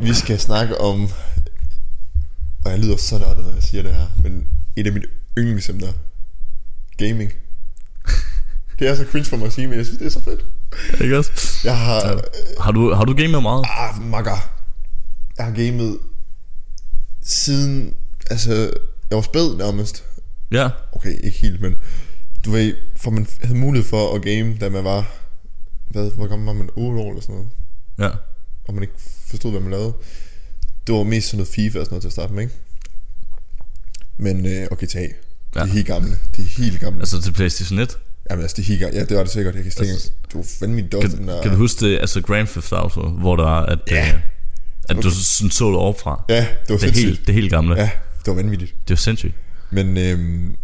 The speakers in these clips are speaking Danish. Vi skal snakke om, og jeg lyder så nørdet, når jeg siger det her, men et af mine yndlingsemner, gaming. Det er så cringe for mig at sige, men jeg synes, det er så fedt. Ikke også? Jeg har, Ja. Har du, har du gamet meget? ah, makker, jeg har gamet siden, altså, jeg var spæd nærmest. Ja. Okay, ikke helt, men du ved, for man havde mulighed for at game, da man var, hvad, hvor gammel var man, 8 år eller sådan noget. Ja. og man ikke forstod, hvad man lavede. Det var mest sådan noget FIFA og sådan noget til at starte med, ikke? Men, øh, og GTA. Ja. Det er Ja. helt gamle. Det er helt gamle. Altså, Altså til Playstation 1. Jamen altså, det er helt gamle. Ja, det var det sikkert. Jeg kan tænke, Altså, altså, du var øh, fandme dog, Kan, den der... kan du huske det, altså Grand Theft Auto, hvor der er, at, Ja. øh, at du sådan så det overfra? Ja, det var Det er sindssygt. helt, det er helt gamle. Ja, det var vanvittigt. Det er jo sindssygt. Men, øhm,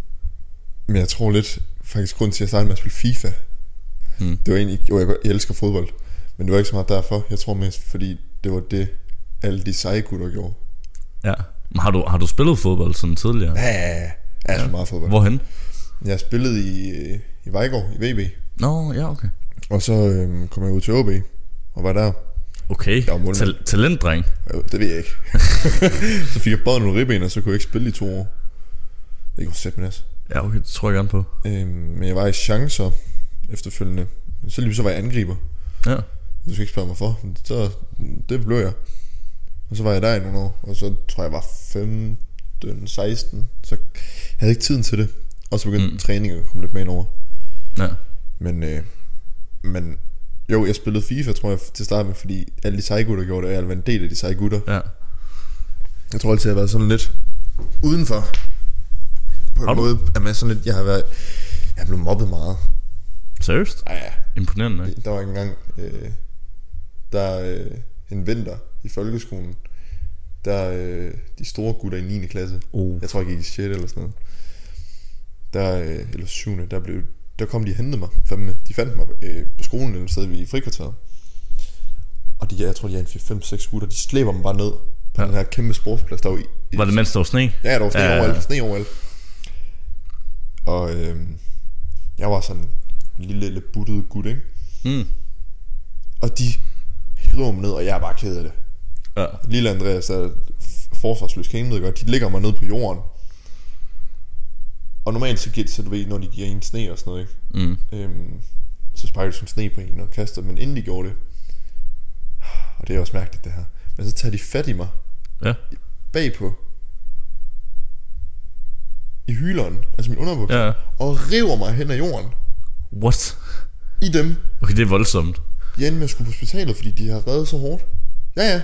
men jeg tror lidt, faktisk grund til, at jeg startede med at spille FIFA. Mm. Det var egentlig, jo, jeg, godt- jeg elsker fodbold, men det var ikke så meget derfor. Jeg tror mest, fordi det var det, alle de seje gutter gjorde. Ja. Men har du, har du spillet fodbold sådan tidligere? Ja, ja, ja. Jeg er så meget fodbold. Hvorhen? Jeg spillede i, øh, i Vejgaard, i VB. Nå, ja, okay. Og så øhm, kom jeg ud til OB og var der. Okay, Jeg var målmand. Tal- talentdreng. Øh, Det ved jeg ikke. så fik jeg både nogle ribben, og så kunne jeg ikke spille i to år. Det er ikke sæt med næs. Ja, okay, det tror jeg gerne på. Øhm, men jeg var i chancer efterfølgende. Så lige så var jeg angriber. Ja. Du skal ikke spørge mig for. men Så det blev jeg. Og så var jeg der i nogle år. Og så tror jeg jeg var 15, 16. Så jeg havde ikke tiden til det. Og så begyndte Mm. mm. træningen at komme lidt med ind over. Ja. Men, øh, men jo, jeg spillede FIFA, tror jeg, til starten, fordi alle de seje gutter gjorde det, og jeg var en del af de seje gutter. ja. Jeg tror altid, jeg har været sådan lidt udenfor. På Har en du? måde, at man sådan lidt, jeg har været, jeg er blevet mobbet meget. Seriøst? Ej, ja. Imponerende, ikke? Der var ikke engang, øh, der øh, en vinter i folkeskolen, der øh, de store gutter i 9. klasse, Oh. jeg tror ikke i 6. eller sådan noget, der, øh, eller 7. der blev, der kom de og hentede mig, fandme. De fandt mig øh, på skolen, eller sted vi i frikvarteret. Og de, jeg tror, de er en 5-6 gutter, de slæber mig bare ned på Ja. ja. den her kæmpe sportsplads, der var i, i Var det mens der var sne? Ja, der var sne Ja, ja, ja. overalt, sne overalt. Og øhm, jeg var sådan en lille, lidt buttet gut, ikke? Mm. Og de hiver mig ned, og jeg er bare ked af det. Ja. Lille Andreas der er f- forsvarsløs kæmpe, godt, de ligger mig ned på jorden. Og normalt så giver det, så du ved, når de giver en sne og sådan noget, Mm. ikke? Øhm, så sparker de sådan sne på en og kaster, men inden de gjorde det, og det er også mærkeligt det her, men så tager de fat i mig Ja. bagpå i hyleren, altså min underbukser, Ja. og river mig hen ad jorden What? i dem. Okay, det er voldsomt. Jeg endte med at skulle på hospitalet, fordi de har reddet så hårdt. Ja, ja,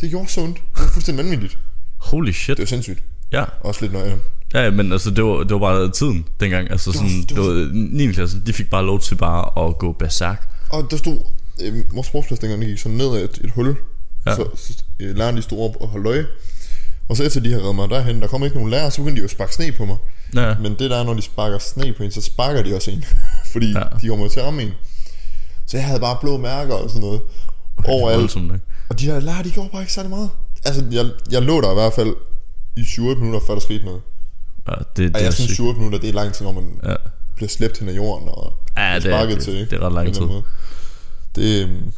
det gjorde så ondt. Det var fuldstændig vanvittigt. Holy shit. Det var sindssygt. Ja. Også lidt nøjeren. Ja, men altså, det var, det var bare tiden dengang. Altså, var- sådan, det det var- var, 9. klassen, de fik bare lov til bare at gå berserk. Og der stod, øh, vores sportsplads dengang, den gik sådan ned ad et, et hul. Ja. Ja. Så, så øh, lærerne de stod op og holdt øje. Og så efter de har reddet mig derhen, der kom ikke nogen lærer, så begyndte de jo at sparke sne på mig. Ja, ja. Men det der er, når de sparker sne på en, så sparker de også en. Fordi Ja. ja. de kommer til at ramme en. Så jeg havde bare blå mærker og sådan noget. Okay, overalt. Voldsomt, ikke? Og de der lærer, de gjorde bare ikke særlig meget. Altså, jeg, jeg lå der i hvert fald i 7 minutter, før der skete noget. Ja, det, Og det er jeg synes, sygt. 7 minutter, det er lang tid, når man Ja. bliver slæbt hen ad jorden og Ja, det er, sparket det, til, ikke? det er ret På lang en tid. eller anden måde. Det, øhm,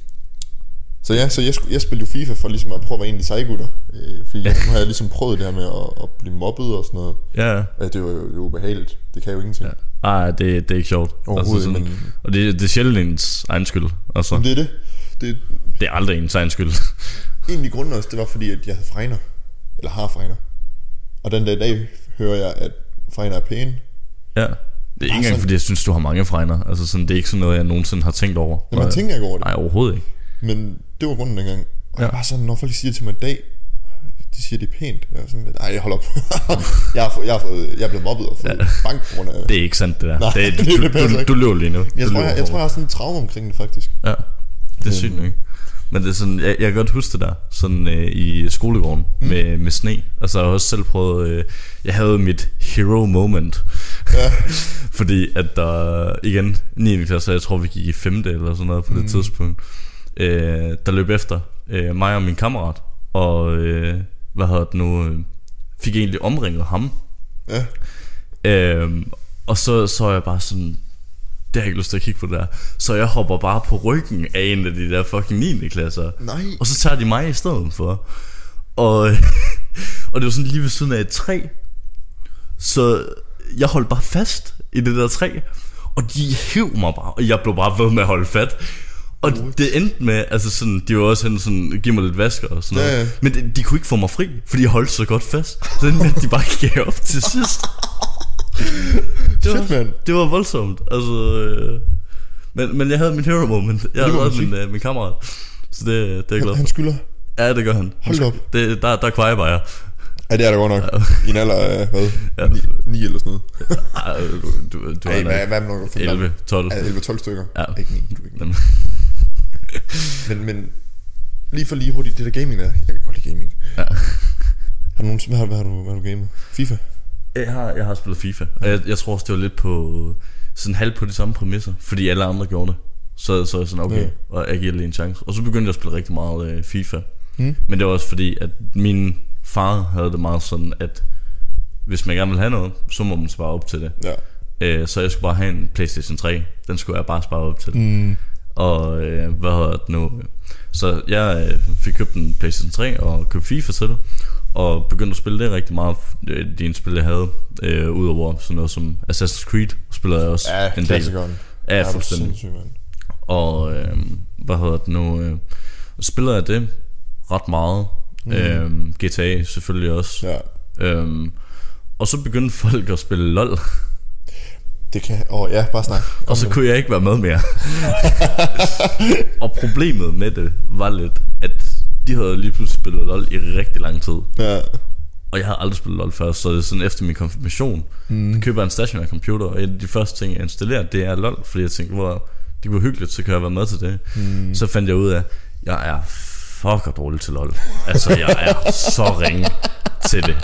så ja, så jeg, sku- jeg spillede jo FIFA for ligesom at prøve at være en af de seje gutter. Øh, fordi nu har jeg ligesom prøvet det her med at, at blive mobbet og sådan noget. Ja, ja. Ja, det var jo det var ubehageligt. Det kan jo ingenting. Ja. Ej, det, det er ikke sjovt. Altså, Overhovedet sådan, ikke, men- Og det, det er sjældent ens egen skyld. Altså, Det er det. Det er det er aldrig ens egen skyld. egentlig grunden også, det var fordi, at jeg havde fregner. Eller har fregner. Og den dag i dag hører jeg, at fregner er pæne. ja. Det er ikke engang, sådan- fordi jeg synes, du har mange fregner. Altså, sådan, det er ikke sådan noget, jeg nogensinde har tænkt over. Når man Nej. tænker ikke over det. Nej, overhovedet ikke. Men det var grunden dengang. Og Ja. ja. jeg var sådan, når folk siger til mig i dag, de siger, det er pænt. Jeg er sådan, nej, jeg holder op. jeg, har fået, jeg, har fået, jeg er blevet mobbet og fået ja. bank på grund af... Det er ikke sandt, det der. Nej, det, det du, passer du, du, ikke. du løber lige nu. Jeg Du tror, lyver jeg, jeg, tror, jeg har sådan en traume omkring det, faktisk. Ja, det er sygt nok. Men det er sådan, jeg, jeg kan godt huske det der, sådan øh, i skolegården mm. med, med sne. Og så har jeg også selv prøvet, øh, jeg havde mit hero moment. Ja. Fordi at der, igen, 9. klasse, jeg tror vi gik i 5. eller sådan noget på det tidspunkt. Øh, der løb efter øh, mig og min kammerat, og øh, hvad hedder det nu, øh, fik egentlig omringet ham. Ja. Øhm, og så så er jeg bare sådan det har jeg ikke lyst til at kigge på det der. Så jeg hopper bare på ryggen af en af de der fucking 9. klasser. Nej. Og så tager de mig i stedet for. Og, og det var sådan lige ved siden af et træ. Så jeg holdt bare fast i det der træ. Og de hæv mig bare, og jeg blev bare ved med at holde fat. Og det endte med, altså sådan, de var også hen sådan, giv mig lidt vasker og sådan Ja, noget. ja. Men de, de kunne ikke få mig fri, fordi jeg holdt så godt fast. Så det endte med, at de bare gav op til sidst. Det var, Shit, mand. det var voldsomt. Altså, øh, men, men jeg havde min hero moment. Jeg havde må man reddet sige. min, øh, min kammerat. Så det, det er jeg glad Han for. skylder. Ja, det gør han. Hold da op. Det, der, der kvejer bare jeg. Ja, det er der godt nok. I en alder af, hvad? Ja. 9, 9 eller sådan noget. Ej, du, du, du Ej, er hvad, nok hvad er det Altså, nok? 11, 12. Ja, 11-12 stykker. Ja. Ikke 9, du er ikke 9. Jamen, Men, men lige for lige hurtigt, det der gaming der. Jeg kan godt lide gaming. Ja. Har du nogen, hvad, har- hvad, har du, hvad har du gamet? FIFA? Jeg har, jeg har spillet FIFA, og jeg, jeg tror også, det var lidt på sådan halvt på de samme præmisser, fordi alle andre gjorde det. Så, så er jeg sådan, okay, Ja. og jeg giver det lige en chance. Og så begyndte jeg at spille rigtig meget øh, FIFA. Mm. Men det var også fordi, at min far havde det meget sådan, at hvis man gerne vil have noget, så må man spare op til det. Ja. Øh, så jeg skulle bare have en Playstation 3. Den skulle jeg bare spare op til. Mm. Og øh, hvad hedder det nu? Så jeg øh, fik købt en Playstation 3 og købte FIFA til det. Og begyndte at spille det rigtig meget. øh, De ene spil, jeg havde. Øh, Udover sådan noget som Assassin's Creed, spiller jeg også Ja, en del. klassikeren. Ja, er du fuldstændig. sindssyg, mand. Og øh, hvad hedder det nu? Øh, spiller jeg det ret meget. Mm. Øh, GTA selvfølgelig også. Ja. Ja. Øh, og så begyndte folk at spille LOL. Det kan... Åh, ja, bare snak. Og så kunne jeg ikke være med mere. og problemet med det var lidt, at de havde lige pludselig spillet LOL i rigtig lang tid. Ja. Og jeg havde aldrig spillet LOL før, så det er sådan efter min konfirmation, mm. køber jeg en stationær computer, og en af de første ting, jeg installerer, det er LOL, fordi jeg tænkte, hvor det kunne være hyggeligt, så kan jeg være med til det. Mm. Så fandt jeg ud af, at jeg er fucker dårlig til LOL. Altså, jeg er så ringe til det.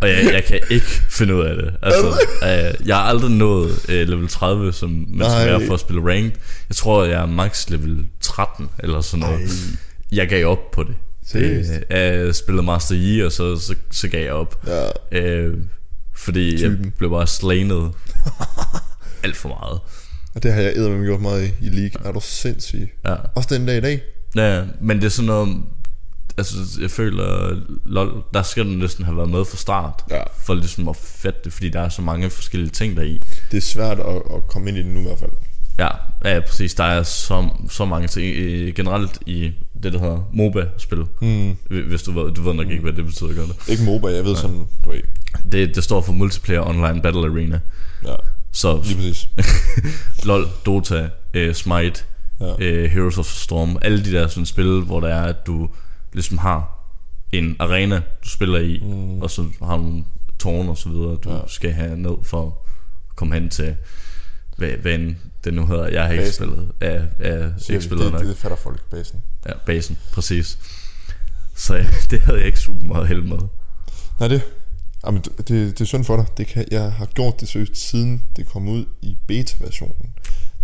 Og jeg, jeg kan ikke finde ud af det. Altså, øh, jeg har aldrig nået øh, level 30, som, men som jeg er Nej. for at spille ranked. Jeg tror, jeg er max level 13 eller sådan noget. Ej. Jeg gav op på det. Seriøst? Øh, Jeg spillede Master Yi, og så, så, så gav jeg op. Ja. Øh, fordi Typen. Typen. jeg blev bare slanet alt for meget. Og det har jeg eddermame gjort meget i, i League. Er du sindssyg? Ja. Også den dag i dag. Ja, men det er sådan noget... Altså, jeg føler, lol, der skal du næsten have været med fra start, Ja. for ligesom at fatte det, fordi der er så mange forskellige ting deri. Det er svært at, at komme ind i det nu i hvert fald. Ja, ja præcis. Der er så, så mange ting øh, generelt i det, der hedder MOBA-spil. Mm. Hvis du ved, du ved nok ikke, hvad det betyder, gør det. Ikke MOBA, jeg ved sådan, du ved. det. Det står for Multiplayer Online Battle Arena. Ja, Så lige præcis. LOL, Dota, øh, Smite, Ja. øh, Heroes of the Storm, alle de der sådan spil, hvor der er, at du ligesom har en arena, du spiller i, mm. og så har du nogle tårne og så videre, du ja. skal have ned for at komme hen til, hvad, hvad end det nu hedder. Jeg har ikke Basen. spillet, ja, ja, jeg har Det, ikke spillet nok. det, det fatter folk basen. Ja, basen, præcis. Så ja, det havde jeg ikke super meget held med. Nej, det, jamen, det, det, det er synd for dig. Det kan, jeg har gjort det seriøst siden det kom ud i beta-versionen.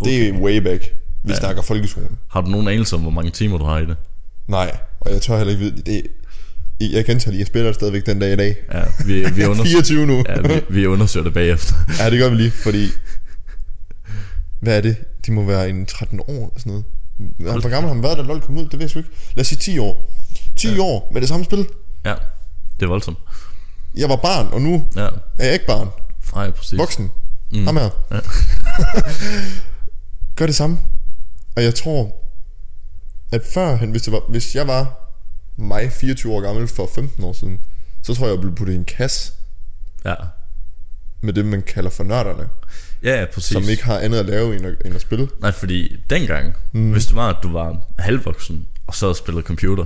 Okay. Det er way back. Vi ja. snakker folkeskolen. Har du nogen anelse om, hvor mange timer du har i det? Nej, og jeg tør heller ikke vide det. det jeg gentager lige, jeg spiller det stadigvæk den dag i dag. Ja, vi, vi, Jeg er undersøger, 24 nu. ja, vi, vi undersøger det bagefter. Ja, det gør vi lige, fordi... Hvad er det? De må være en 13 år eller sådan noget. Hvor gammel har han været, da LoL kom ud? Det ved jeg sgu ikke. Lad os sige 10 år. 10 ja. år med det samme spil. Ja, det er voldsomt. Jeg var barn, og nu Ja, er jeg ikke barn. nej, præcis. Voksen. Mm. Ham her. Ja. Gør det samme. Og jeg tror, at førhen, hvis, det var, hvis jeg var mig 24 år gammel for 15 år siden, så tror jeg, jeg blev puttet i en kasse Ja. med det, man kalder for nørderne, Ja, ja, præcis. som ikke har andet at lave end at, end at spille. Nej, fordi dengang, mm. hvis det var, at du var halvvoksen, og sad og spillede computer,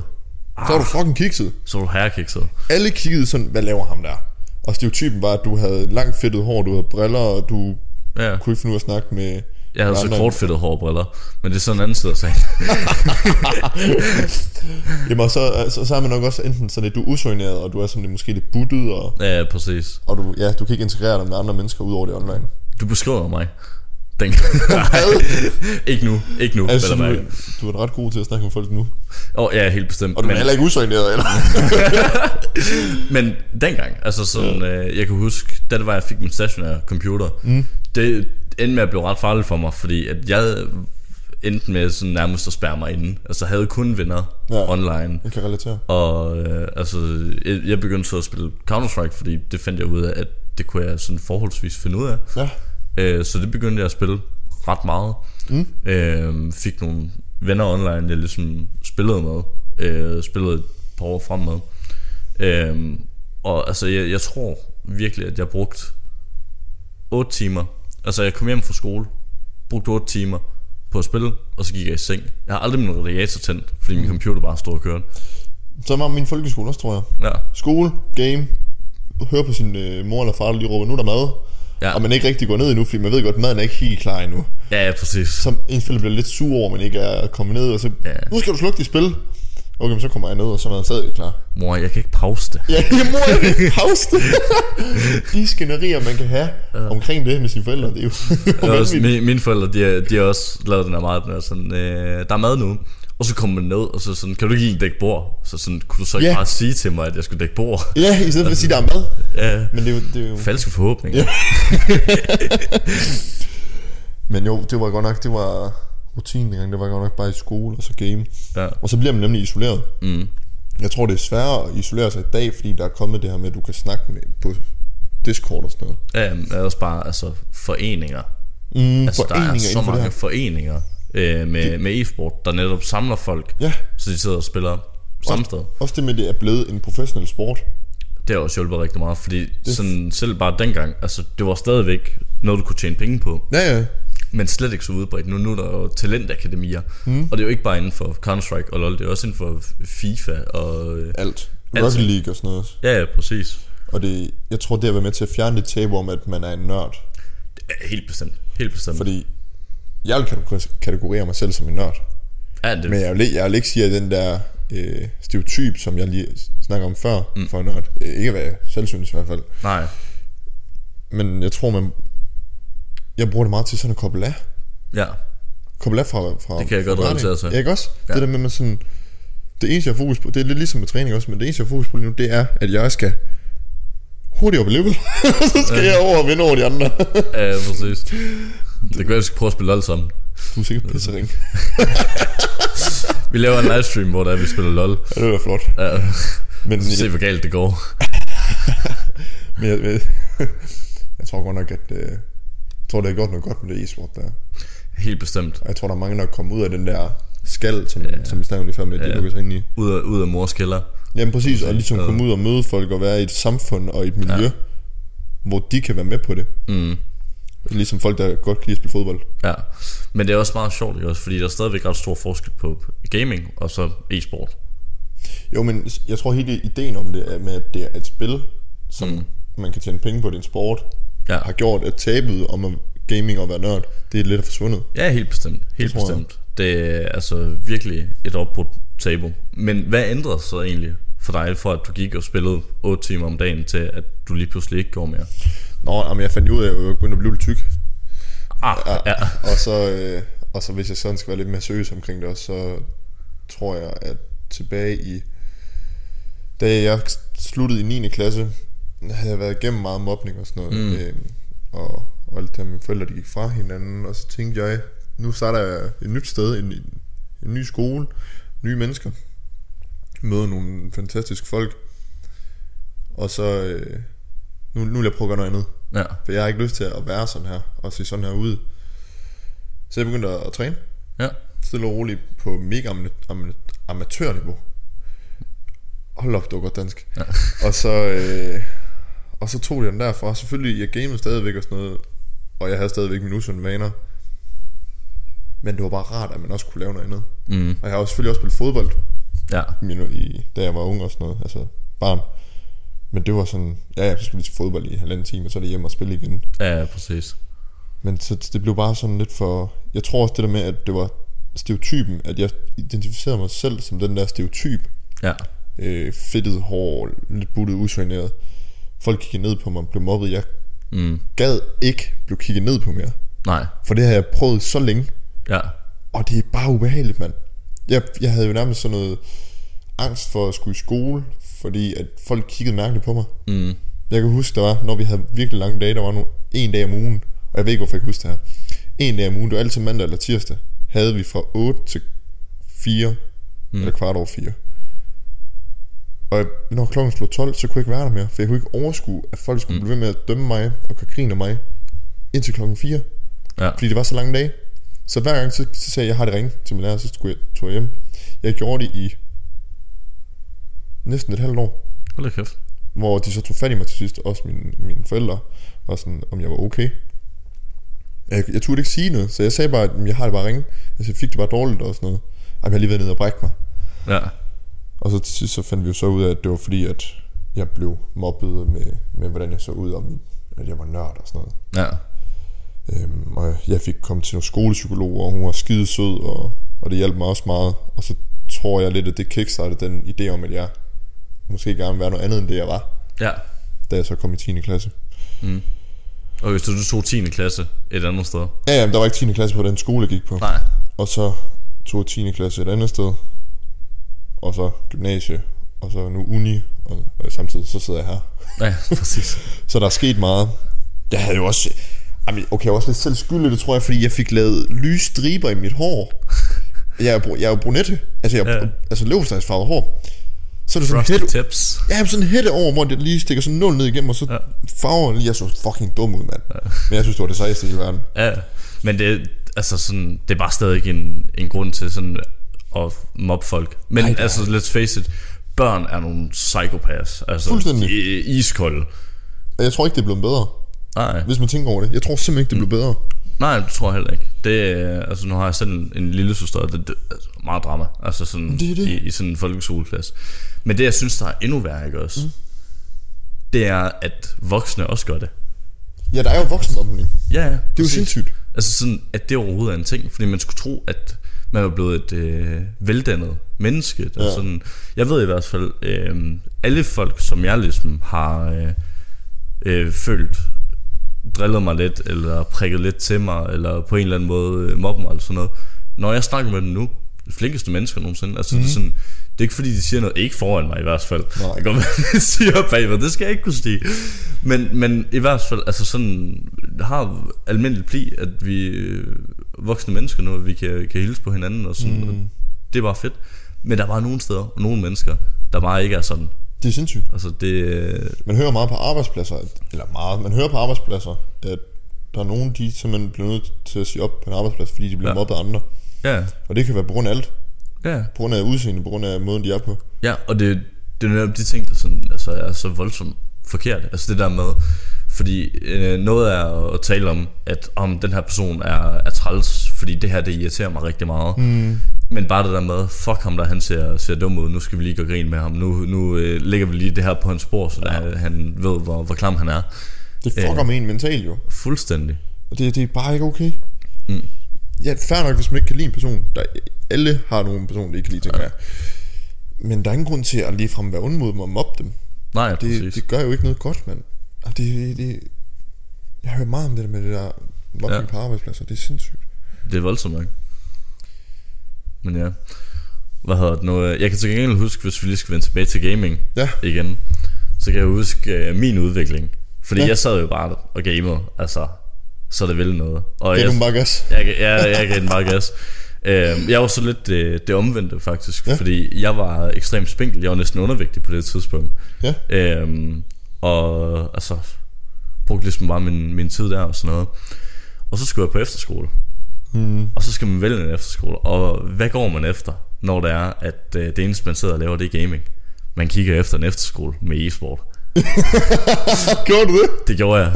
Så var du Ah. fucking kikset. så var du herrekikset. alle kiggede sådan, hvad laver ham der? Og stereotypen var, at du havde langt fedtet hår, du havde briller, og du Ja, kunne ikke finde ud af at snakke med... jeg havde med så andre. kortfættet hårbriller, men det er sådan en anden side af sagen. Jamen, og så, så, så er man nok også enten sådan lidt, du er usøgneret, og du er sådan lidt, måske lidt buttet, og, Ja, ja, præcis. og du, ja, du kan ikke integrere dig med andre mennesker udover det online. Du beskriver mig dengang. Nej, ikke nu, ikke nu, Altså, altså, du, vel at mærke. du er ret god til at snakke med folk nu. Åh, oh, ja, helt bestemt. Og du er men, heller ikke usøgneret, eller? men dengang, altså sådan, øh, jeg kan huske, da det var, jeg fik min stationære computer, mm. det, endte med at blive ret farligt for mig, fordi at jeg endte med sådan nærmest at spærre mig inde. Altså havde kun venner Ja. ja. online. Jeg kan relatere. Og øh, altså, jeg- jeg begyndte så at spille Counter-Strike, fordi det fandt jeg ud af, at det kunne jeg sådan forholdsvis finde ud af. Ja. Øh, så det begyndte jeg at spille ret meget. Mm. Øh, fik nogle venner online, jeg ligesom spillede med. Øh, spillede et par år frem med. Øh, og altså, jeg, jeg tror virkelig, at jeg brugte 8 timer. Altså, jeg kom hjem fra skole, brugte 8 timer på at spille, og så gik jeg i seng. Jeg har aldrig min radiator tændt, fordi min computer bare stod og kørte. Så var min folkeskole også, tror jeg. Ja. Skole, game, høre på sin øh, mor eller far, der lige råber, nu er der mad. Ja. Og man ikke rigtig går ned endnu, fordi man ved godt, at maden er ikke helt klar endnu. Ja, ja, præcis. Så ens forældre bliver lidt sure over, at man ikke er kommet ned, og så, Ja. nu skal du slukke dit spil. Okay, men så kommer jeg ned, og så er maden stadig klar. Mor, jeg kan ikke pause det. Ja, jeg må ikke pause det. De skænderier, man kan have omkring det med sine forældre, det er jo Det er også, vanvittigt. mine, mine forældre, de har, de har også lavet den her meget, den er sådan, øh, der er mad nu. Og så kommer man ned, og så sådan, kan du ikke lige dække bord? Så sådan, kunne du så ikke Ja. yeah. bare sige til mig, at jeg skulle dække bord? Ja, i stedet for at sige, der er mad. Ja. Men det er jo... Det er jo Falske forhåbninger. Ja. men jo, det var godt nok, det var rutinen dengang, det var godt nok bare i skole og så game. Ja. Og så bliver man nemlig isoleret. Mm. Jeg tror, det er sværere at isolere sig i dag, fordi der er kommet det her med, at du kan snakke med på Discord og sådan noget. Ja, men er også bare altså, foreninger. Mm, Altså, der er så inden for mange det her. foreninger øh, med, med e-sport, der netop samler folk, Ja, så de sidder og spiller samme sted. også det med, at det er blevet en professionel sport. Det har også hjulpet rigtig meget, fordi sådan, selv bare dengang, altså, det var stadigvæk noget, du kunne tjene penge på. Ja, ja. men slet ikke så udbredt. Nu, nu er der jo talentakademier, mm. og det er jo ikke bare inden for Counter-Strike og LoL, det er også inden for FIFA og... øh, Alt. Alt. Rocket League og sådan noget også. Ja, ja, præcis. Og det, jeg tror, det har været med til at fjerne det tabu om, at man er en nørd. Ja, Helt bestemt. Helt bestemt. Fordi, Fordi jeg vil kategori- kategorere mig selv som en nørd. ja, det, Men jeg vil, ikke- jeg vil ikke sige, at den der øh, stereotyp, som jeg lige snakker om før, mm. for en nørd, øh, ikke hvad jeg selv synes i hvert fald. nej. Men jeg tror, man... Jeg bruger det meget til sådan at koble af. Ja, Koble af fra, fra Det kan jeg fra godt hverdagen. relatere til. Ja, ikke også? Ja. Ja. Det der med, at man sådan... Det eneste, jeg har fokus på, det er lidt ligesom med træning også, men det eneste, jeg har fokus på lige nu, det er, at jeg skal hurtigt op i level. så skal jeg over og vinde over de andre. ja præcis. Det kan være, vi skal prøve at spille LoL sammen. du er sikkert pissering. Vi laver en livestream, hvor der er, vi spiller LoL. Ja, det var flot. Ja, Men, så se, hvor galt det går. men jeg, jeg, jeg tror godt nok, at øh, jeg tror, det har gjort noget godt med det e-sport der. Helt bestemt. Og jeg tror, der er mange, der er kommet ud af den der skal, som, ja. som vi snakkede om lige før med, at de Ja. lukker sig ind i. Ud af, ud af mors kælder. Jamen præcis, og ligesom Ja. komme ud og møde folk og være i et samfund og et miljø, ja. hvor de kan være med på det. Mm. Ligesom folk, der godt kan lide at spille fodbold. Ja, men det er også meget sjovt, ikke også? Fordi der er stadigvæk ret stor forskel på gaming og så e-sport. Jo, men jeg tror hele ideen om det, er med at det er et spil, som mm. man kan tjene penge på, det er en sport, Ja. har gjort, at tabet om at gaming og være nørd, det er lidt forsvundet. Ja, helt bestemt. Helt tror jeg. bestemt. Det er altså virkelig et opbrudt tabu. Men hvad ændrede så egentlig for dig, for at du gik og spillede 8 timer om dagen, til at du lige pludselig ikke gjorde mere? Nå, jamen, jeg fandt jo ud af, at jeg begyndte at blive lidt tyk. Ah, ja. ja. Og så, øh, og så hvis jeg sådan skal være lidt mere seriøs omkring det også, så tror jeg, at tilbage i... Da jeg sluttede i 9. klasse, havde jeg været igennem meget mobning og sådan noget. Mm. Øh, og, og alt det her, mine forældre de gik fra hinanden. Og så tænkte jeg, nu starter jeg et nyt sted, en, en ny skole, nye mennesker. Møder nogle fantastiske folk. Og så... Øh, nu, nu vil jeg prøve at gøre noget andet. ja. For jeg har ikke lyst til at være sådan her Og se sådan her ud Så jeg begyndte at træne ja. Stille og roligt på mega ama- ama- amatørniveau Hold op, det var godt dansk ja. Og så øh, Og så tog jeg den derfra Selvfølgelig, jeg gamede stadigvæk og sådan noget Og jeg havde stadigvæk mine usunde vaner Men det var bare rart, at man også kunne lave noget andet Mm. Og jeg har også selvfølgelig også spillet fodbold Ja. mine, i, da jeg var ung og sådan noget, altså barn. Men det var sådan, ja, ja, så skulle vi til fodbold i halvanden time, og så er det hjem og spille igen. Ja, ja, præcis. Men så det blev bare sådan lidt for... Jeg tror også det der med, at det var stereotypen, at jeg identificerede mig selv som den der stereotyp. Ja. Øh, fedtet hår, lidt buttet, usøgneret. Folk kiggede ned på mig, blev mobbet. Jeg Mm. gad ikke blive kigget ned på mere. Nej. For det har jeg prøvet så længe, Ja. og det er bare ubehageligt, mand. Jeg, jeg havde jo nærmest sådan noget angst for at skulle i skole, fordi at folk kiggede mærkeligt på mig. Mm. Jeg kan huske, der var, når vi havde virkelig lange dage, der var nu en dag om ugen, Og jeg ved ikke, hvorfor jeg kan huske det her. En dag om ugen, det var altid mandag eller tirsdag, havde vi fra 8 til 4, mm. eller kvart over 4. Og jeg- når klokken slog 12, så kunne jeg ikke være der mere, for jeg kunne ikke overskue, at folk skulle Mm. blive ved med at dømme mig og gøre grin af mig indtil klokken 4. Ja. Fordi det var så lange dage. Så hver gang, så, så sagde jeg, jeg har det ringe til min lærer, så skulle jeg, tog jeg hjem. Jeg gjorde det i næsten et halvt år Hold da kæft. hvor de så tog fat i mig til sidst, også mine, mine forældre, var sådan, om jeg var okay. Jeg, jeg turde ikke sige noget, så jeg sagde bare, at "Jamen, jeg har det bare ringe. Altså, jeg fik det bare dårligt og sådan noget. Jamen, jeg har lige været nede og brække mig. Ja. Og så til sidst, så fandt vi jo så ud af, at det var fordi, at jeg blev mobbet med, med hvordan jeg så ud, og min, at jeg var nørd og sådan noget. Ja. Øhm, og jeg fik kommet til nogle skolepsykologer, og hun var skide sød, og, og det hjalp mig også meget. Og så tror jeg lidt, at det kickstartede den idé om, at jeg måske gerne ville være noget andet, end det jeg var, Ja. da jeg så kom i 10. klasse. Og hvis du du tog 10. klasse et andet sted. Ja, ja, men der var ikke 10. klasse på den skole, jeg gik på. Nej. Og så tog 10. klasse et andet sted. Og så gymnasie. Og så nu uni. Og, og samtidig så sidder jeg her. Ja, præcis. Så der er sket meget. Jeg havde jo også... Jamen, okay, jeg var også lidt selv skyldig, det tror jeg, fordi jeg fik lavet lyse striber i mit hår. Jeg er, bru- jeg er jo brunette. Altså, jeg er, Ja. ja. altså løvstegsfarvet hår. Så er det sådan Frosted hætte, tips. jeg har sådan en hætte over, hvor det lige stikker sådan en nål ned igennem, og så ja. farver den lige, jeg så fucking dum ud, mand. Ja. Men jeg synes, det var det sejeste i verden. Ja. Men det, altså sådan, det er bare stadig en, en grund til sådan at mobbe folk. Men Ej, det er- altså, let's face it, børn er nogle psykopaths. Altså, Fuldstændig. De er iskolde. Og jeg tror ikke, det er blevet bedre. Nej. Hvis man tænker over det. Jeg tror simpelthen ikke, det blev bedre. Nej, det tror jeg heller ikke. Det, er- altså, nu har jeg selv en, en lille søster, og det, det altså, meget drama. Altså sådan, Det er det. I, i sådan en folkeskoleklasse. Men det, jeg synes, der er endnu værre, ikke også? Mm. Det er, at voksne også gør det. Ja, der er jo voksenmobning. Det Ja, ja. Det er jo sindssygt. Altså sådan, at det overhovedet er en ting. Fordi man skulle tro, at man var blevet et øh, veldannet menneske. Ja. Ja. Sådan, jeg ved i hvert fald, øh, alle folk, som jeg ligesom har øh, øh, følt, drillet mig lidt, eller prikket lidt til mig, eller på en eller anden måde øh, mobbet mig, eller sådan noget. Når jeg snakker med dem nu, de flinkeste mennesker nogensinde, altså mm. det er sådan, det er ikke fordi, de siger noget, ikke foran mig i hvert fald. Nej. Det kan godt være, de siger bagved, det skal jeg ikke kunne sige. Men, men i hvert fald, altså sådan, har almindelig pli, at vi øh, voksne mennesker nu, at vi kan, kan hilse på hinanden, og sådan, mm. det er bare fedt. Men der er bare nogle steder, og nogle mennesker, der bare ikke er sådan. Det er sindssygt. Altså det, øh, Man hører meget på arbejdspladser, at- eller meget, man hører på arbejdspladser, at der er nogen, de simpelthen bliver nødt til at sige op på en arbejdsplads, fordi de bliver ja. Ja. mobbet af andre. ja, Og det kan være på grund af alt. ja. På grund af udseende, på grund af måden, de er på. Ja, og det, det er netop de ting, der sådan, altså, er så voldsomt forkert. Altså det der med, fordi øh, noget er at tale om, at om den her person er, er træls, fordi det her det irriterer mig rigtig meget. Mm. Men bare det der med, fuck ham der, han ser, ser dum ud, nu skal vi lige gøre grin med ham, nu, nu øh, lægger vi lige det her på hans spor, så der, han ved, hvor, hvor klam han er. Det fucker med en mentalt jo. Fuldstændig. Og det, det er bare ikke okay. Mm. Ja, fair nok, hvis man ikke kan lide en person. Der, alle har nogen person, de ikke kan lide, tænker jeg. Men der er ingen grund til at ligefrem være ond mod dem og mobbe dem. Nej, det, det, præcis. det gør jo ikke noget godt, mand. Og det, det, jeg hører meget om det der med det der mobbing Ja. ja. på arbejdspladser. Det er sindssygt. Det er voldsomt nok. Men ja. Hvad hedder det nu? Jeg kan til gengæld huske, hvis vi lige skal vende tilbage til gaming Ja. igen, så kan jeg huske øh, min udvikling. Fordi ja. Ja. jeg sad jo bare og gamede, altså, så det ville noget. Og Gav jeg, du bare gas? jeg, jeg, jeg gav den meget gas. Øhm, Jeg var så lidt øh, det omvendte faktisk, ja. Ja. fordi jeg var ekstremt spinkel. Jeg var næsten undervægtig på det tidspunkt. Ja. Øhm, og altså, brugte ligesom bare min, min tid der og sådan noget. Og så skulle jeg på efterskole. Mm. Og så skal man vælge en efterskole. Og hvad går man efter, når det er, at øh, det eneste, man sidder og laver, det er gaming? Man kigger efter en efterskole med e-sport. Gjorde du det? Det gjorde jeg.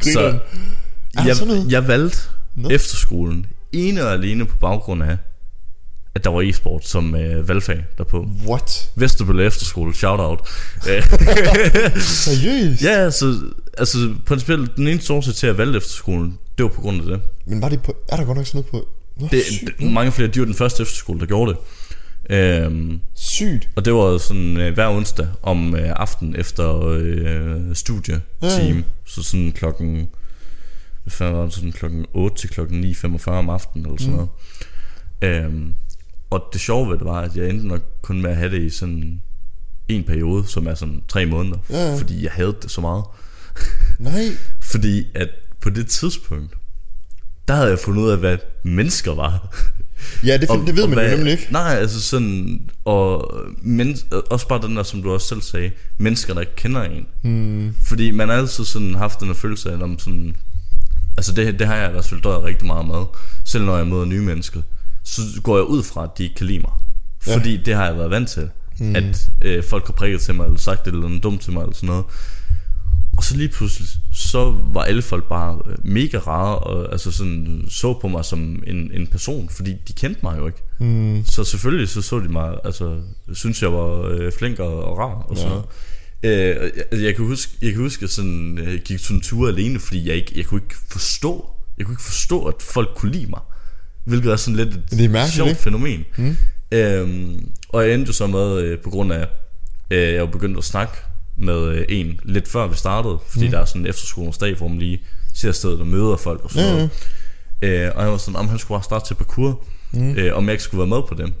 Grineren. Er der Ah, sådan jeg, noget? jeg valgte Nå. efterskolen ene og alene på baggrund af, at der var e-sport som øh, valgfag derpå. What? Vesterbølle Efterskole, shout out. Seriøst? ja, altså, altså principielt den eneste årsag til at valgte efterskolen, det var på grund af det. Men var det på, er der godt nok sådan noget på? Nå, det, sygt. det mange flere, de var den første efterskole, der gjorde det. Øhm, sygt. Og det var sådan øh, hver onsdag om øh, aftenen efter øh, studietime. Ja. Så sådan klokken... Hvad fanden var det? Sådan klokken 8 til klokken 9.45 om aftenen eller sådan mm. noget. Øhm, og det sjove ved det var, at jeg endte nok kun med at have det i sådan en periode, som er sådan tre måneder. Ja, ja. Fordi jeg havde det så meget. Nej. Fordi at på det tidspunkt, der havde jeg fundet ud af, hvad mennesker var. Ja, det, find, det ved man jo hvad- nemlig ikke. Nej, altså sådan, og men, også bare den der, som du også selv sagde, mennesker, der ikke kender en. Hmm, Fordi man har altid sådan haft den her følelse af, om sådan, altså det, det har jeg i hvert fald døjet rigtig meget med, selv når jeg møder nye mennesker, så går jeg ud fra, at de ikke kan lide mig. Ja. Hmm. Fordi det har jeg været vant til, mm. at øh, folk har prikket til mig, eller sagt et eller andet dumt til mig, eller sådan noget. Og så lige pludselig, så var alle folk bare øh, mega rare, og altså sådan, så på mig som en, en person, fordi de kendte mig jo ikke. hmm, Så selvfølgelig så så de mig, altså synes jeg var øh, flink og, og rar og Ja. sådan ja. øh, jeg, jeg, kan huske, jeg kan huske, at sådan, øh, gik sådan en tur alene, fordi jeg, ikke, jeg kunne ikke forstå, jeg kunne ikke forstå, at folk kunne lide mig. Hvilket er sådan lidt et Det er mærkeligt, sjovt ikke? fænomen. Mm. Øhm, og jeg endte jo så med, øh, på grund af, øh, jeg var begyndt at snakke med øh, en lidt før vi startede, fordi mm. der er sådan en efterskolens dag, hvor man lige ser stedet og møder folk og sådan Ja, ja, noget. Øh, og jeg var sådan, om han skulle bare starte til parkour, mm. øh, om jeg ikke skulle være med på dem.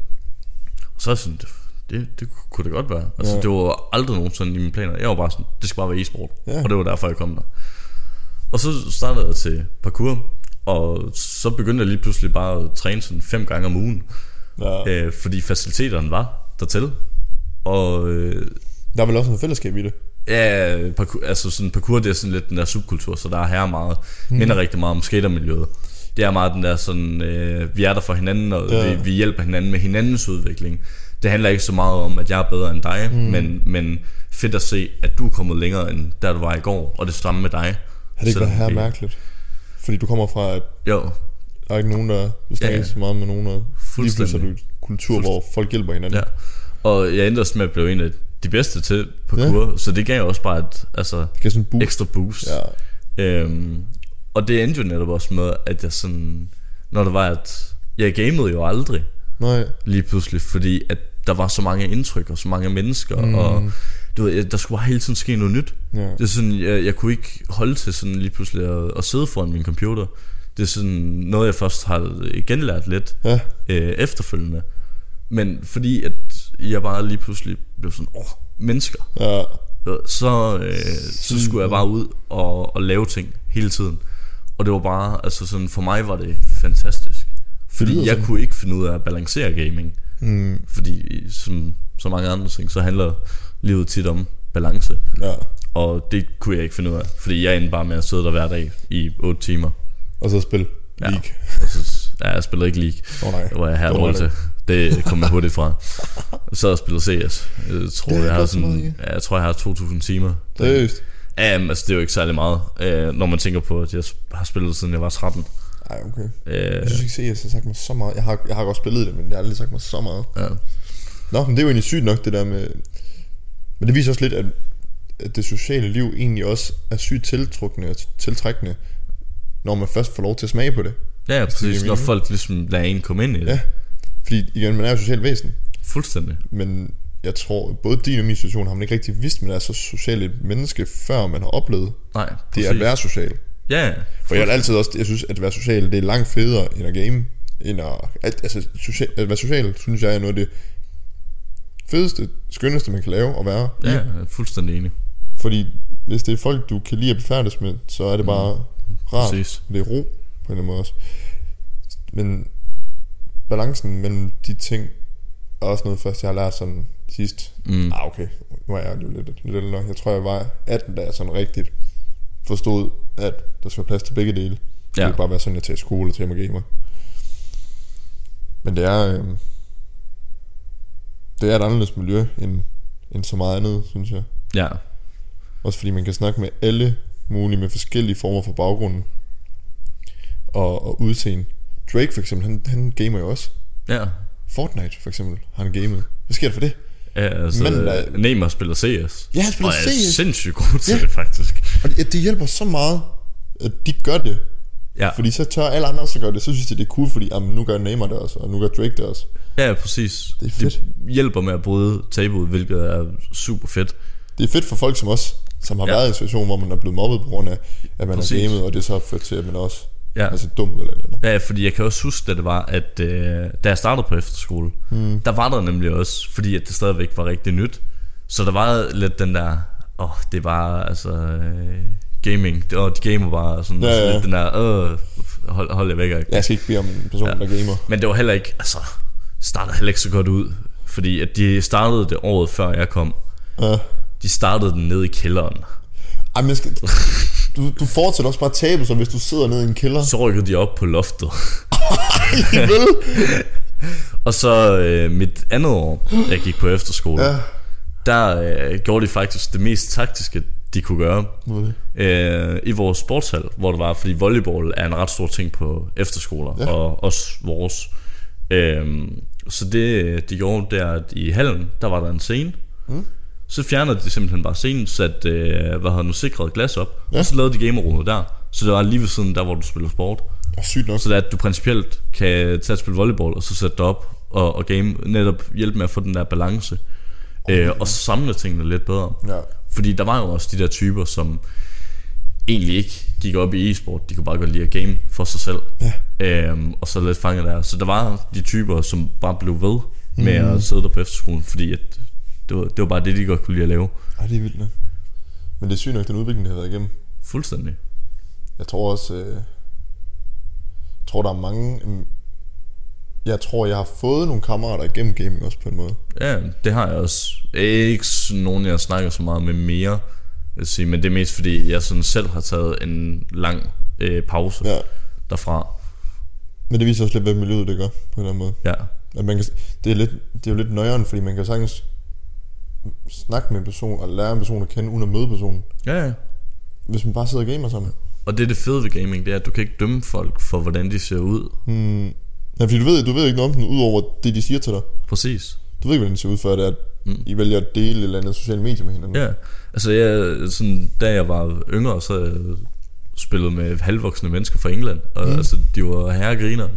Og så er jeg sådan, det, det, det kunne det godt være. Altså, Ja. ja. det var aldrig nogensinde i mine planer. Jeg var bare sådan, det skal bare være e-sport. Ja. Ja. Og det var derfor, jeg kom der. Og så startede jeg til parkour, og så begyndte jeg lige pludselig bare at træne sådan fem gange om ugen. ja. Øh, fordi faciliteterne var dertil. Og øh, Der er vel også noget fællesskab i det. ja, parkour, altså sådan, parkour det er sådan lidt den der subkultur, så der er her meget, mm. minder rigtig meget om skatermiljøet. Det er meget den der sådan, øh, vi er der for hinanden, og Ja. ja. vi, vi hjælper hinanden med hinandens udvikling. Det handler ikke så meget om, at jeg er bedre end dig, mm. men, men fedt at se, at du er kommet længere end der du var i går, og det samme med dig. Har det ikke været Selvom her vi- mærkeligt? Fordi du kommer fra, at Jo, der er ikke nogen, der du snakker Ja, ja, ja. så meget med nogen, og lige pludselig er Fuldstændig. du i en kultur, hvor folk hjælper hinanden. Ja. Og jeg endte også med at blive en af de bedste til parkour, ja. så det gav også bare et altså, Det kan sådan en boost. ekstra boost. Ja. Øhm, og det endte jo netop også med, at jeg sådan... Når det var, at jeg gamede jo aldrig Nej. lige pludselig, fordi at der var så mange indtryk og så mange mennesker, mm. og du ved, jeg- der skulle bare hele tiden ske noget nyt. Ja. Det er sådan, jeg, jeg kunne ikke holde til sådan lige pludselig at, at sidde foran min computer. Det er sådan noget, jeg først har genlært lidt Ja. øh, efterfølgende. Men fordi at jeg bare lige pludselig blev sådan, åh, mennesker, ja. øh, så, øh, så skulle jeg bare ud og, og lave ting hele tiden. Og det var bare, altså sådan, for mig var det fantastisk. Fordi lyder jeg sådan. kunne ikke finde ud af at balancere gaming. Mm, Fordi som så mange andre ting, så handler livet tit om balance. ja. Og det kunne jeg ikke finde ud af, fordi jeg endte bare med at sidde der hver dag i 8 timer. Og så spil. Ja. League. Og så, ja, jeg spillede ikke League. Åh oh, nej. Det var jeg her Det var dårlig til. Det kom jeg hurtigt fra. Så og spillede CS. Jeg tror, Det har jeg, jeg har også meget sådan, i. ja, jeg tror, jeg har 2.000 timer. Seriøst? Ja, men altså, det er jo ikke særlig meget, øh, når man tænker på, at jeg har spillet, siden jeg var 13. Ej, okay. Øh, Jeg synes ikke, CS har sagt mig så meget. Jeg har, jeg har godt spillet det, men jeg har aldrig sagt mig så meget. ja. Nå, men det er jo egentlig sygt nok, det der med... Men det viser også lidt, at, at det sociale liv egentlig også er sygt tiltrukkende og tiltrækkende, når man først får lov til at smage på det. ja, ja, det præcis. giver Når mening. folk ligesom lader en komme ind i det. Ja. Ja. Fordi igen, man er jo et socialt væsen, Fuldstændig. men jeg tror, både din og min situation har man ikke rigtig vidst, man er så socialt et menneske, før man har oplevet Nej, det at være social. Ja, ja. For jeg har altid også, jeg synes, at være social, det er langt federe end at game. End at, at- altså, social, at være social, synes jeg, er noget af det fedeste, skønneste, man kan lave og være. i. Ja, jeg er fuldstændig enig. Fordi hvis det er folk, du kan lide at befærdes med, så er det bare mm. rart. Præcis. Det er ro på en eller anden måde også. Men balancen mellem de ting er også noget først, jeg har lært sådan sidst. Mm. Ah, okay. Nu er jeg jo lidt, lidt ældre. Jeg tror, jeg var 18, da jeg sådan rigtigt forstod, at der skal være plads til begge dele. Det Ja. kan ikke bare være sådan, at jeg tager i skole og tager mig gamer. Men det er... Øh, det er et anderledes miljø end, end så meget andet, synes jeg. Ja, Også fordi man kan snakke med alle mulige med forskellige former for baggrunden og, og udseende. Drake for eksempel, han, han gamer jo også. ja. Fortnite for eksempel har han gamet. Hvad sker der for det? Ja, altså, Men, Men, øh, Neymar spiller CS. Ja, han spiller og er CS. sindssygt god til Ja. ja. det, faktisk. Og det, det hjælper så meget, at de gør det. Ja. Fordi så tør alle andre også at gøre det, så synes de det er cool, fordi jamen, nu gør Neymar det også, og nu gør Drake det også. Ja, præcis. Det er fedt. Det hjælper med at bryde tabuet, hvilket er super fedt. Det er fedt for folk som os, som har ja. Ja. været i en situation, hvor man er blevet mobbet på grund af, at man har Præcis. gamet, og det så har ført til, at man også Ja. er så dum eller et eller andet. Ja, fordi jeg kan også huske, da det var, at øh, da jeg startede på efterskole, mm. der var der nemlig også, fordi at det stadigvæk var rigtig nyt. Så der var lidt den der, åh, oh, det var altså øh, gaming, og de gamer bare sådan, Ja, ja, ja. ja. sådan lidt den der, øh, hold, hold jer væk. agtig. Jeg skal ikke bede om en person, ja. Ja. der gamer. Men det var heller ikke, altså, starter heller ikke så godt ud, fordi at de startede det året før jeg kom. Ja. De startede den nede i kælderen. Ej, men jeg skal, du, du fortsætter også bare tabe, som hvis du sidder nede i en kælder. Så rykkede de op på loftet. Vel? Og så øh, mit andet år, jeg gik på efterskole, Ja. ja. der øh, gjorde de faktisk det mest taktiske, de kunne gøre. Nu er det. øh, i vores sportshal, hvor det var, fordi volleyball er en ret stor ting på efterskoler, Ja. ja. og også vores. Øh, så det, øh, de gjorde, der at i hallen, der var der en scene. Mm. Mm. Så fjernede de simpelthen bare scenen, satte, øh, hvad havde nu, sikret glas op, Ja. ja. og så lavede de gamerummet der. Så det var lige ved siden der, hvor du spiller sport. Åh, sygt nok. Så det er, at du principielt kan tage at spille volleyball, og så sætte dig op og, og game, netop hjælpe med at få den der balance. Øh, og samle tingene lidt bedre. Ja. Fordi der var jo også de der typer, som egentlig ikke gik op i e-sport. De kunne bare godt lide at game for sig selv. Ja. Øhm, og så lidt fanget der. Så der var de typer, som bare blev ved med at sidde der på efterskolen, fordi at det, var, det var bare det, de godt kunne lide at lave. Ej, det er vildt nok. Men det er sygt nok, den udvikling, der har været igennem. Fuldstændig. Jeg tror også... Øh, jeg tror, der er mange... øhm, Jeg tror, jeg har fået nogle kammerater igennem gaming også på en måde. Ja, det har jeg også. Ikke sådan nogen, jeg snakker så meget med mere, vil jeg sige, men det er mest fordi, jeg sådan selv har taget en lang øh, pause ja. Ja. derfra. Men det viser også lidt, hvad miljøet det gør, på en eller anden måde. Ja, At man kan, det, er lidt, det er jo lidt nøjeren, fordi man kan sagtens snakke med en person og lære en person at kende, uden at møde personen. ja, ja. Hvis man bare sidder og gamer sammen. Og det er det fede ved gaming, det er, at du kan ikke dømme folk for, hvordan de ser ud. Hmm. Ja, fordi du ved, du ved ikke noget om den, udover det, de siger til dig. Præcis. Du ved ikke, hvordan det ser ud, før det er, at mm. Mm. I vælger at dele et eller andet sociale medier med hinanden. Ja, altså jeg, sådan, da jeg var yngre, så øh, spillede med halvvoksne mennesker fra England, og mm. altså, de var herregrinere.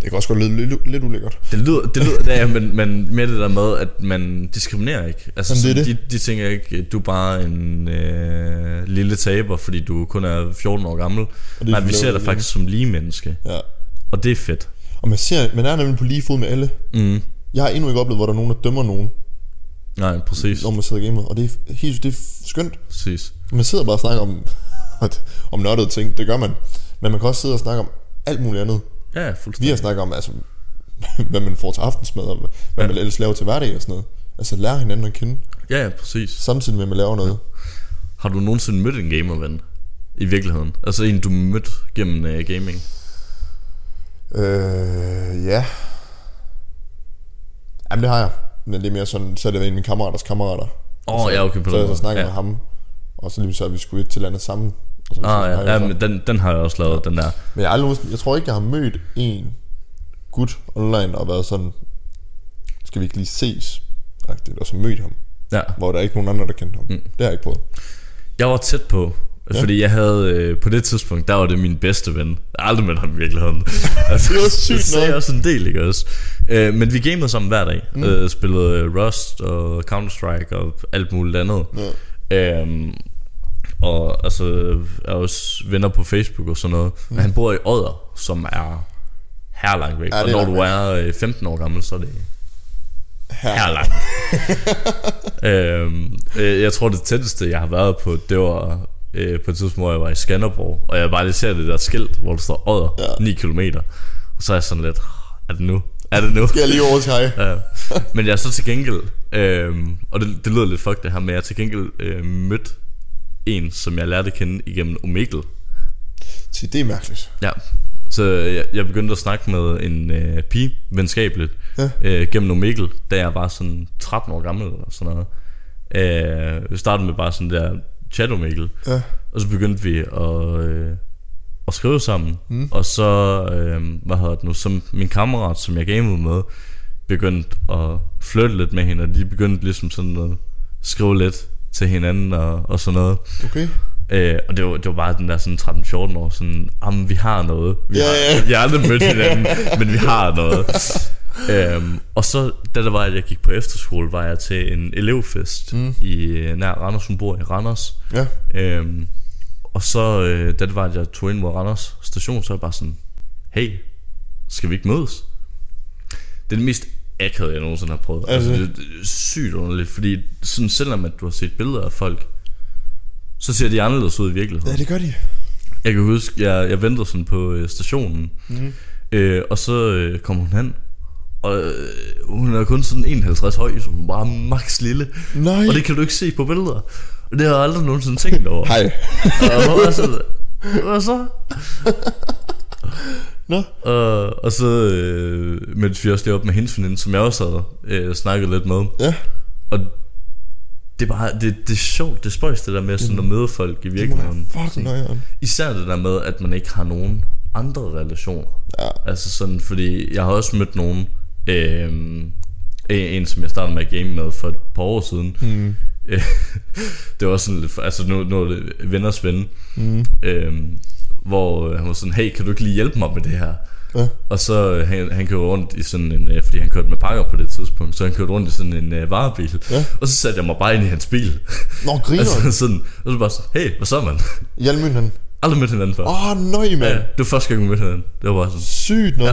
Det kan også godt lyde lidt, lidt ulækkert. Det lyder, det lyder ja, men, men med det der med, at man diskriminerer ikke. Altså, Jamen, det er sådan, De, de tænker ikke, at du er bare en øh, lille taber, fordi du kun er 14 år gammel. det er Nej, sådan, vi det er ser dig det. faktisk som lige menneske, Ja. og det er fedt. Og man, ser, man er nemlig på lige fod med alle. Mm. Jeg har endnu ikke oplevet, hvor der er nogen, der dømmer nogen, Nej, præcis. når man sidder og gamer. Og det er, helt, det er skønt. præcis. Man sidder bare og snakker om, om nørdede ting. Det gør man. Men man kan også sidde og snakke om alt muligt andet. Ja, Vi fuldstændig. har snakket om, altså, hvad man får til aftensmad, og hvad ja. Ja. man ellers laver til hverdag og sådan noget. Altså lære hinanden at kende, Ja, ja, præcis. samtidig med, at man laver noget. Har du nogensinde mødt en gamerven? I virkeligheden? Altså en, du mødte gennem uh, gaming? Øh, ja. Jamen, det har jeg. Men det er mere sådan, så er det en af mine kammeraters kammerater. Åh, oh, ja, okay, på Altså, Så den jeg så måde. snakker ja. ja. med ham, og så lige så, at vi skulle et til landet sammen. Og så Ah, snakker jeg ja, ja så. men den, den har jeg også lavet, den der. Men jeg, har aldrig, nogensinde- jeg tror ikke, jeg har mødt en gut online og været sådan, skal vi ikke lige ses? Agtigt, og så mødt ham, Ja. hvor der er ikke nogen andre, der kendte ham. Mm. Det har jeg ikke prøvet. Jeg var tæt på, ja. fordi jeg havde, øh, på det tidspunkt, der var det min bedste ven. Jeg har aldrig mødt ham i virkeligheden. altså, Det er også sygt Det sagde nok. også en del, ikke også? Øh, men vi gamede sammen hver dag. Mm. Øh, spillede øh, Rust og Counter-Strike og alt muligt andet. Ja. Øhm, og altså er også venner på Facebook og sådan noget. Mm. Men han bor i Odder, som er her langt væk. Ja, Ja, og det er når langt du er øh, 15 år gammel, så er det her langt. øhm, øh, jeg tror det tætteste jeg har været på, det var øh, på et tidspunkt, hvor jeg var i Skanderborg, og jeg bare lige ser det der skilt, hvor der står Odder, Ja. ja. 9 km. Og så er jeg sådan lidt, er det nu? Er det nu? Skal jeg lige over til hej? Ja. Men jeg er så til gengæld, øh, og det, det lyder lidt fuck det her, men jeg har til gengæld øh, mødt en, som jeg lærte at kende igennem Omegle. Se, det er mærkeligt. Ja. Så jeg, jeg begyndte at snakke med en øh, pige, venskabeligt, Ja. ja. øh, gennem Omegle, da jeg var sådan 13 år gammel eller sådan noget. Øh, vi startede med bare sådan der chat Omegle, Ja. og så begyndte vi at, øh, at skrive sammen. Mm. Og så, øh, hvad hedder det nu, som min kammerat, som jeg gamede med, begyndte at flytte lidt med hende, og de begyndte ligesom sådan at skrive lidt til hinanden og, og sådan noget. Okay. Øh, og det var, det var bare den der sådan 13-14 år, sådan, jamen vi har noget. Vi, Ja, har, ja. vi har aldrig mødt hinanden, men vi har noget. øhm, og så, da det var, at jeg gik på efterskole, var jeg til en elevfest mm. i øh, nær Randers, hun bor i Randers. Ja. Øhm, og så, øh, da det var, at jeg tog ind mod Randers station, så var jeg bare sådan, hey, skal vi ikke mødes? Det er det mest akavede, jeg nogensinde har prøvet. Altså- Altså, det, det er sygt underligt, fordi sådan, selvom at du har set billeder af folk, så ser de anderledes ud i virkeligheden. Ja, det gør de. Jeg kan huske, jeg, jeg ventede sådan på øh, stationen, Mm. øh, og så øh, kom hun hen, og øh, hun er kun sådan 51 høj, så hun er bare max lille, Nej. og det kan du ikke se på billeder. Og det har jeg aldrig nogensinde tænkt over. Hej. og hun var sådan, hvad så? Nå. Og, og så øh, mødtes vi også deroppe med hendes veninde, som jeg også havde øh, snakket lidt med. Ja, Og det er bare, det, det er sjovt, det er spøjst det der med sådan at møde folk i Mm. det må jeg virkeligheden. fucking nøjeren. Især det der med, at man ikke har nogen andre relationer. Ja. Altså sådan, fordi jeg har også mødt nogen, øh, en- en som jeg startede med at game med for et par år siden. Mm. Øh, det var sådan lidt, altså nu, nu er det venners ven, Mm. øh, hvor øh, han var sådan, hey, kan du ikke lige hjælpe mig med det her? Ja. Og så øh, han, han kørte rundt i sådan en, øh, fordi han kørte med pakker på det tidspunkt, så han kørte rundt i sådan en øh, varebil. Ja. Og så satte jeg mig bare ind i hans bil. Nå, griner. altså sådan, og så bare sådan, hey, hvad så man? Hjelmyn han. Aldrig mødt hinanden før. Åh, oh, nøj, Ja, mand. det var første gang, vi mødte hinanden. Det var bare sådan, Sygt nok. Ja.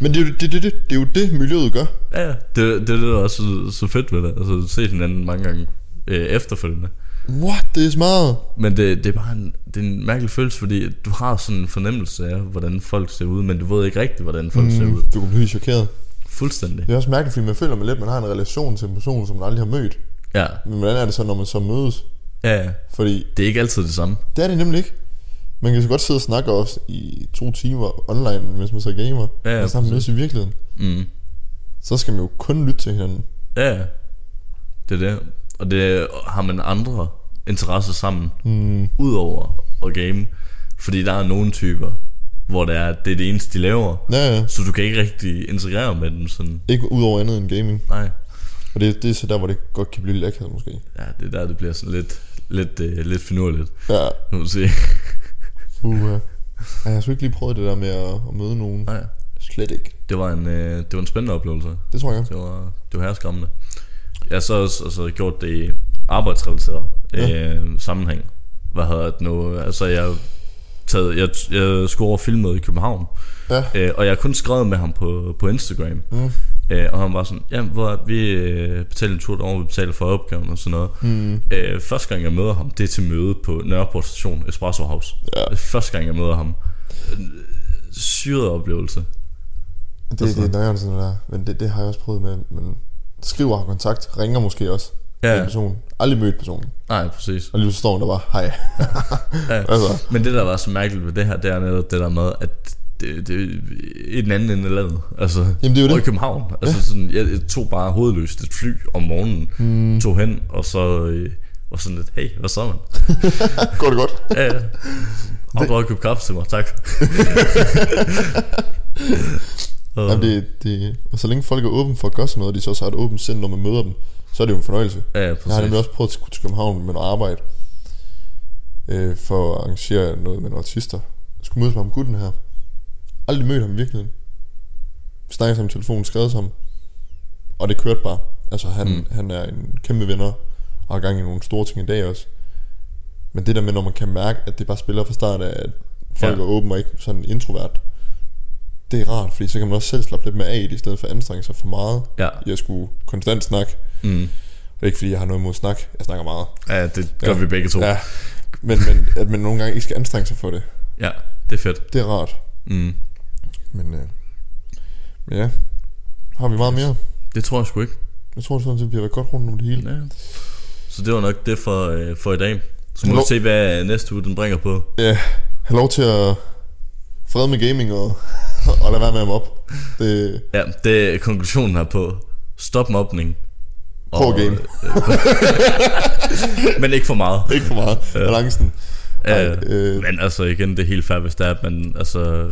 Men det er, jo, det, det, det, det er jo det, miljøet gør. ja, ja. Det, det, er det der er så, så fedt ved det. Altså, set hinanden mange gange øh, efterfølgende. What? Det er smart. Men det, det er bare en, det er en mærkelig følelse, fordi du har sådan en fornemmelse af, hvordan folk ser ud, men du ved ikke rigtigt, hvordan folk mm. ser ud. Du kan blive chokeret. Fuldstændig. Det er også mærkeligt, fordi man føler man lidt, man har en relation til en person, som man aldrig har mødt. Ja. Men hvordan er det så, når man så mødes? ja, ja. Fordi Det er ikke altid det samme. det er det nemlig ikke. Man kan så godt sidde og snakke også i to timer online, mens man så gamer. Ja, ja, og sammen mødes præcis. i virkeligheden. Mm. Så skal man jo kun lytte til hinanden. Ja, ja. Det er det. Og det har man andre interesser sammen, Mm. udover at game. Fordi der er nogle typer, hvor det er, det er det eneste, de laver. Ja, ja. Så du kan ikke rigtig integrere med dem sådan. Ikke ud over andet end gaming. Nej. Og det, det er så der, hvor det godt kan blive lidt akavet måske. Ja, det er der, det bliver sådan lidt, lidt, øh, lidt finurligt, Ja, kan man sige. uh, Ej, jeg har sgu ikke lige prøvet det der med at, at møde nogen. Nej. Slet ikke. Det var en, øh, det var en spændende oplevelse. Det tror jeg godt. Det var, det var her skræmmende. Jeg har så også altså, gjort det i arbejdsrelateret ja. øh, sammenhæng. Hvad hedder det nu? Altså, jeg, taget, jeg, jeg skulle over filmet i København, Ja. øh, og jeg har kun skrevet med ham på, på Instagram. Mm. Øh, og han var sådan, ja, hvor vi øh, betaler en tur derovre, vi betaler for opgaven og sådan noget. Mm. Øh, første gang jeg møder ham, det er til møde på Nørreport station, Espresso House. Ja. Det er Første gang jeg møder ham. Øh, Syret oplevelse. Det, det, det er nøjeren sådan noget der. Men det, det har jeg også prøvet med. Men skriver har kontakt, ringer måske også. Ja. Ja, Personen. Aldrig mødt personen. nej, præcis. Og lige så står hun der bare, hej. Ja. Altså, Men det, der var så mærkeligt ved det her, det er netop det der med, at det, det er i den anden ende af landet. Altså, jamen det er jo og i det. København. Altså, sådan, jeg, jeg tog bare hovedløst et fly om morgenen, Mm. tog hen, og så øh, var sådan lidt, hey, hvad så, man? Går det godt? Ja, ja. Og bare købe kaffe til mig, tak. og, Jamen, det, det, og så længe folk er åbne for at gøre sådan noget, og de så også har et åbent sind, når man møder dem, så er det jo en fornøjelse. ja, ja, Jeg har nemlig præcis. også prøvet at skulle til København med noget arbejde øh, for at arrangere noget med nogle artister. Jeg skulle mødes med ham gutten her. Aldrig mødt ham i virkeligheden. Vi snakkede sammen i telefonen, skrevet sammen. Og det kørte bare. Altså han, Mm. mm. han er en kæmpe venner og har gang i nogle store ting i dag også. Men det der med, når man kan mærke, at det bare spiller fra start af, at folk ja. Ja. er åbne og ikke sådan introvert. Det er rart, fordi så kan man også selv slappe lidt mere af i det, i stedet for at anstrenge sig for meget. Ja, Jeg skulle konstant snakke, mm. det er ikke fordi, jeg har noget imod snak. Jeg snakker meget. ja, det gør Ja. vi begge to. Ja. Ja. Men, men at man nogle gange ikke skal anstrenge sig for det, ja, det er fedt. det er rart. Mm. Men, øh, men ja, har vi meget mere? Det tror jeg sgu ikke. Jeg tror sådan set, vi har været godt rundt om det hele. Ja. Så det var nok det for, øh, for i dag. Så må Nå. vi se, hvad næste uge den bringer på. Ja, have lov til at fred med gaming og, og lade være med at mobbe. Det, Ja, det er konklusionen her på. Stop mobning. Prøv at game. øh, men ikke for meget. ikke for meget. Balancen. Ja, Ej, øh. men altså igen, det er helt fair, hvis det er, at man altså,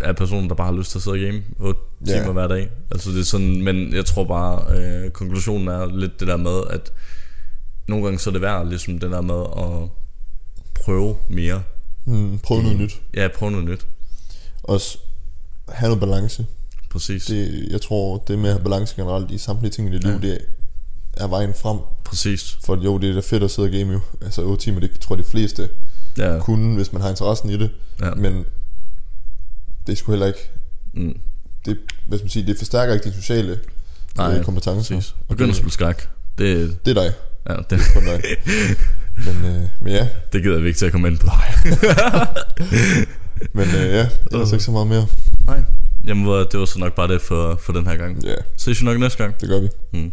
er personen, der bare har lyst til at sidde og game 8 Ja. timer hver dag. Altså det er sådan, men jeg tror bare, øh, konklusionen er lidt det der med, at nogle gange så er det værd, ligesom det der med at prøve mere. Mm, prøv noget nyt. Ja, prøve noget nyt. Også have noget balance. Præcis. Det, jeg tror, det med at have balance generelt i samtlige ting i dit liv, Ja. ja. det er vejen frem. Præcis. For jo, det er da fedt at sidde og game jo. Altså 8 timer, det tror jeg de fleste Ja. kunne, hvis man har interessen i det. ja. Men det skulle heller ikke... Mm. Det, hvad skal man sige, det forstærker ikke dine sociale øh, Nej, Nej, kompetencer. Præcis. Begynd at spille skak. Det, Det er dig. ja, det, Kun dig. Men, øh, men ja, Det gider vi ikke til at komme ind på. men øh, ja, ellers ikke så meget mere. Nej. Jamen, hvor- det var så nok bare det for, for den her gang. Ja, Ses vi nok næste gang. det gør vi. Mm.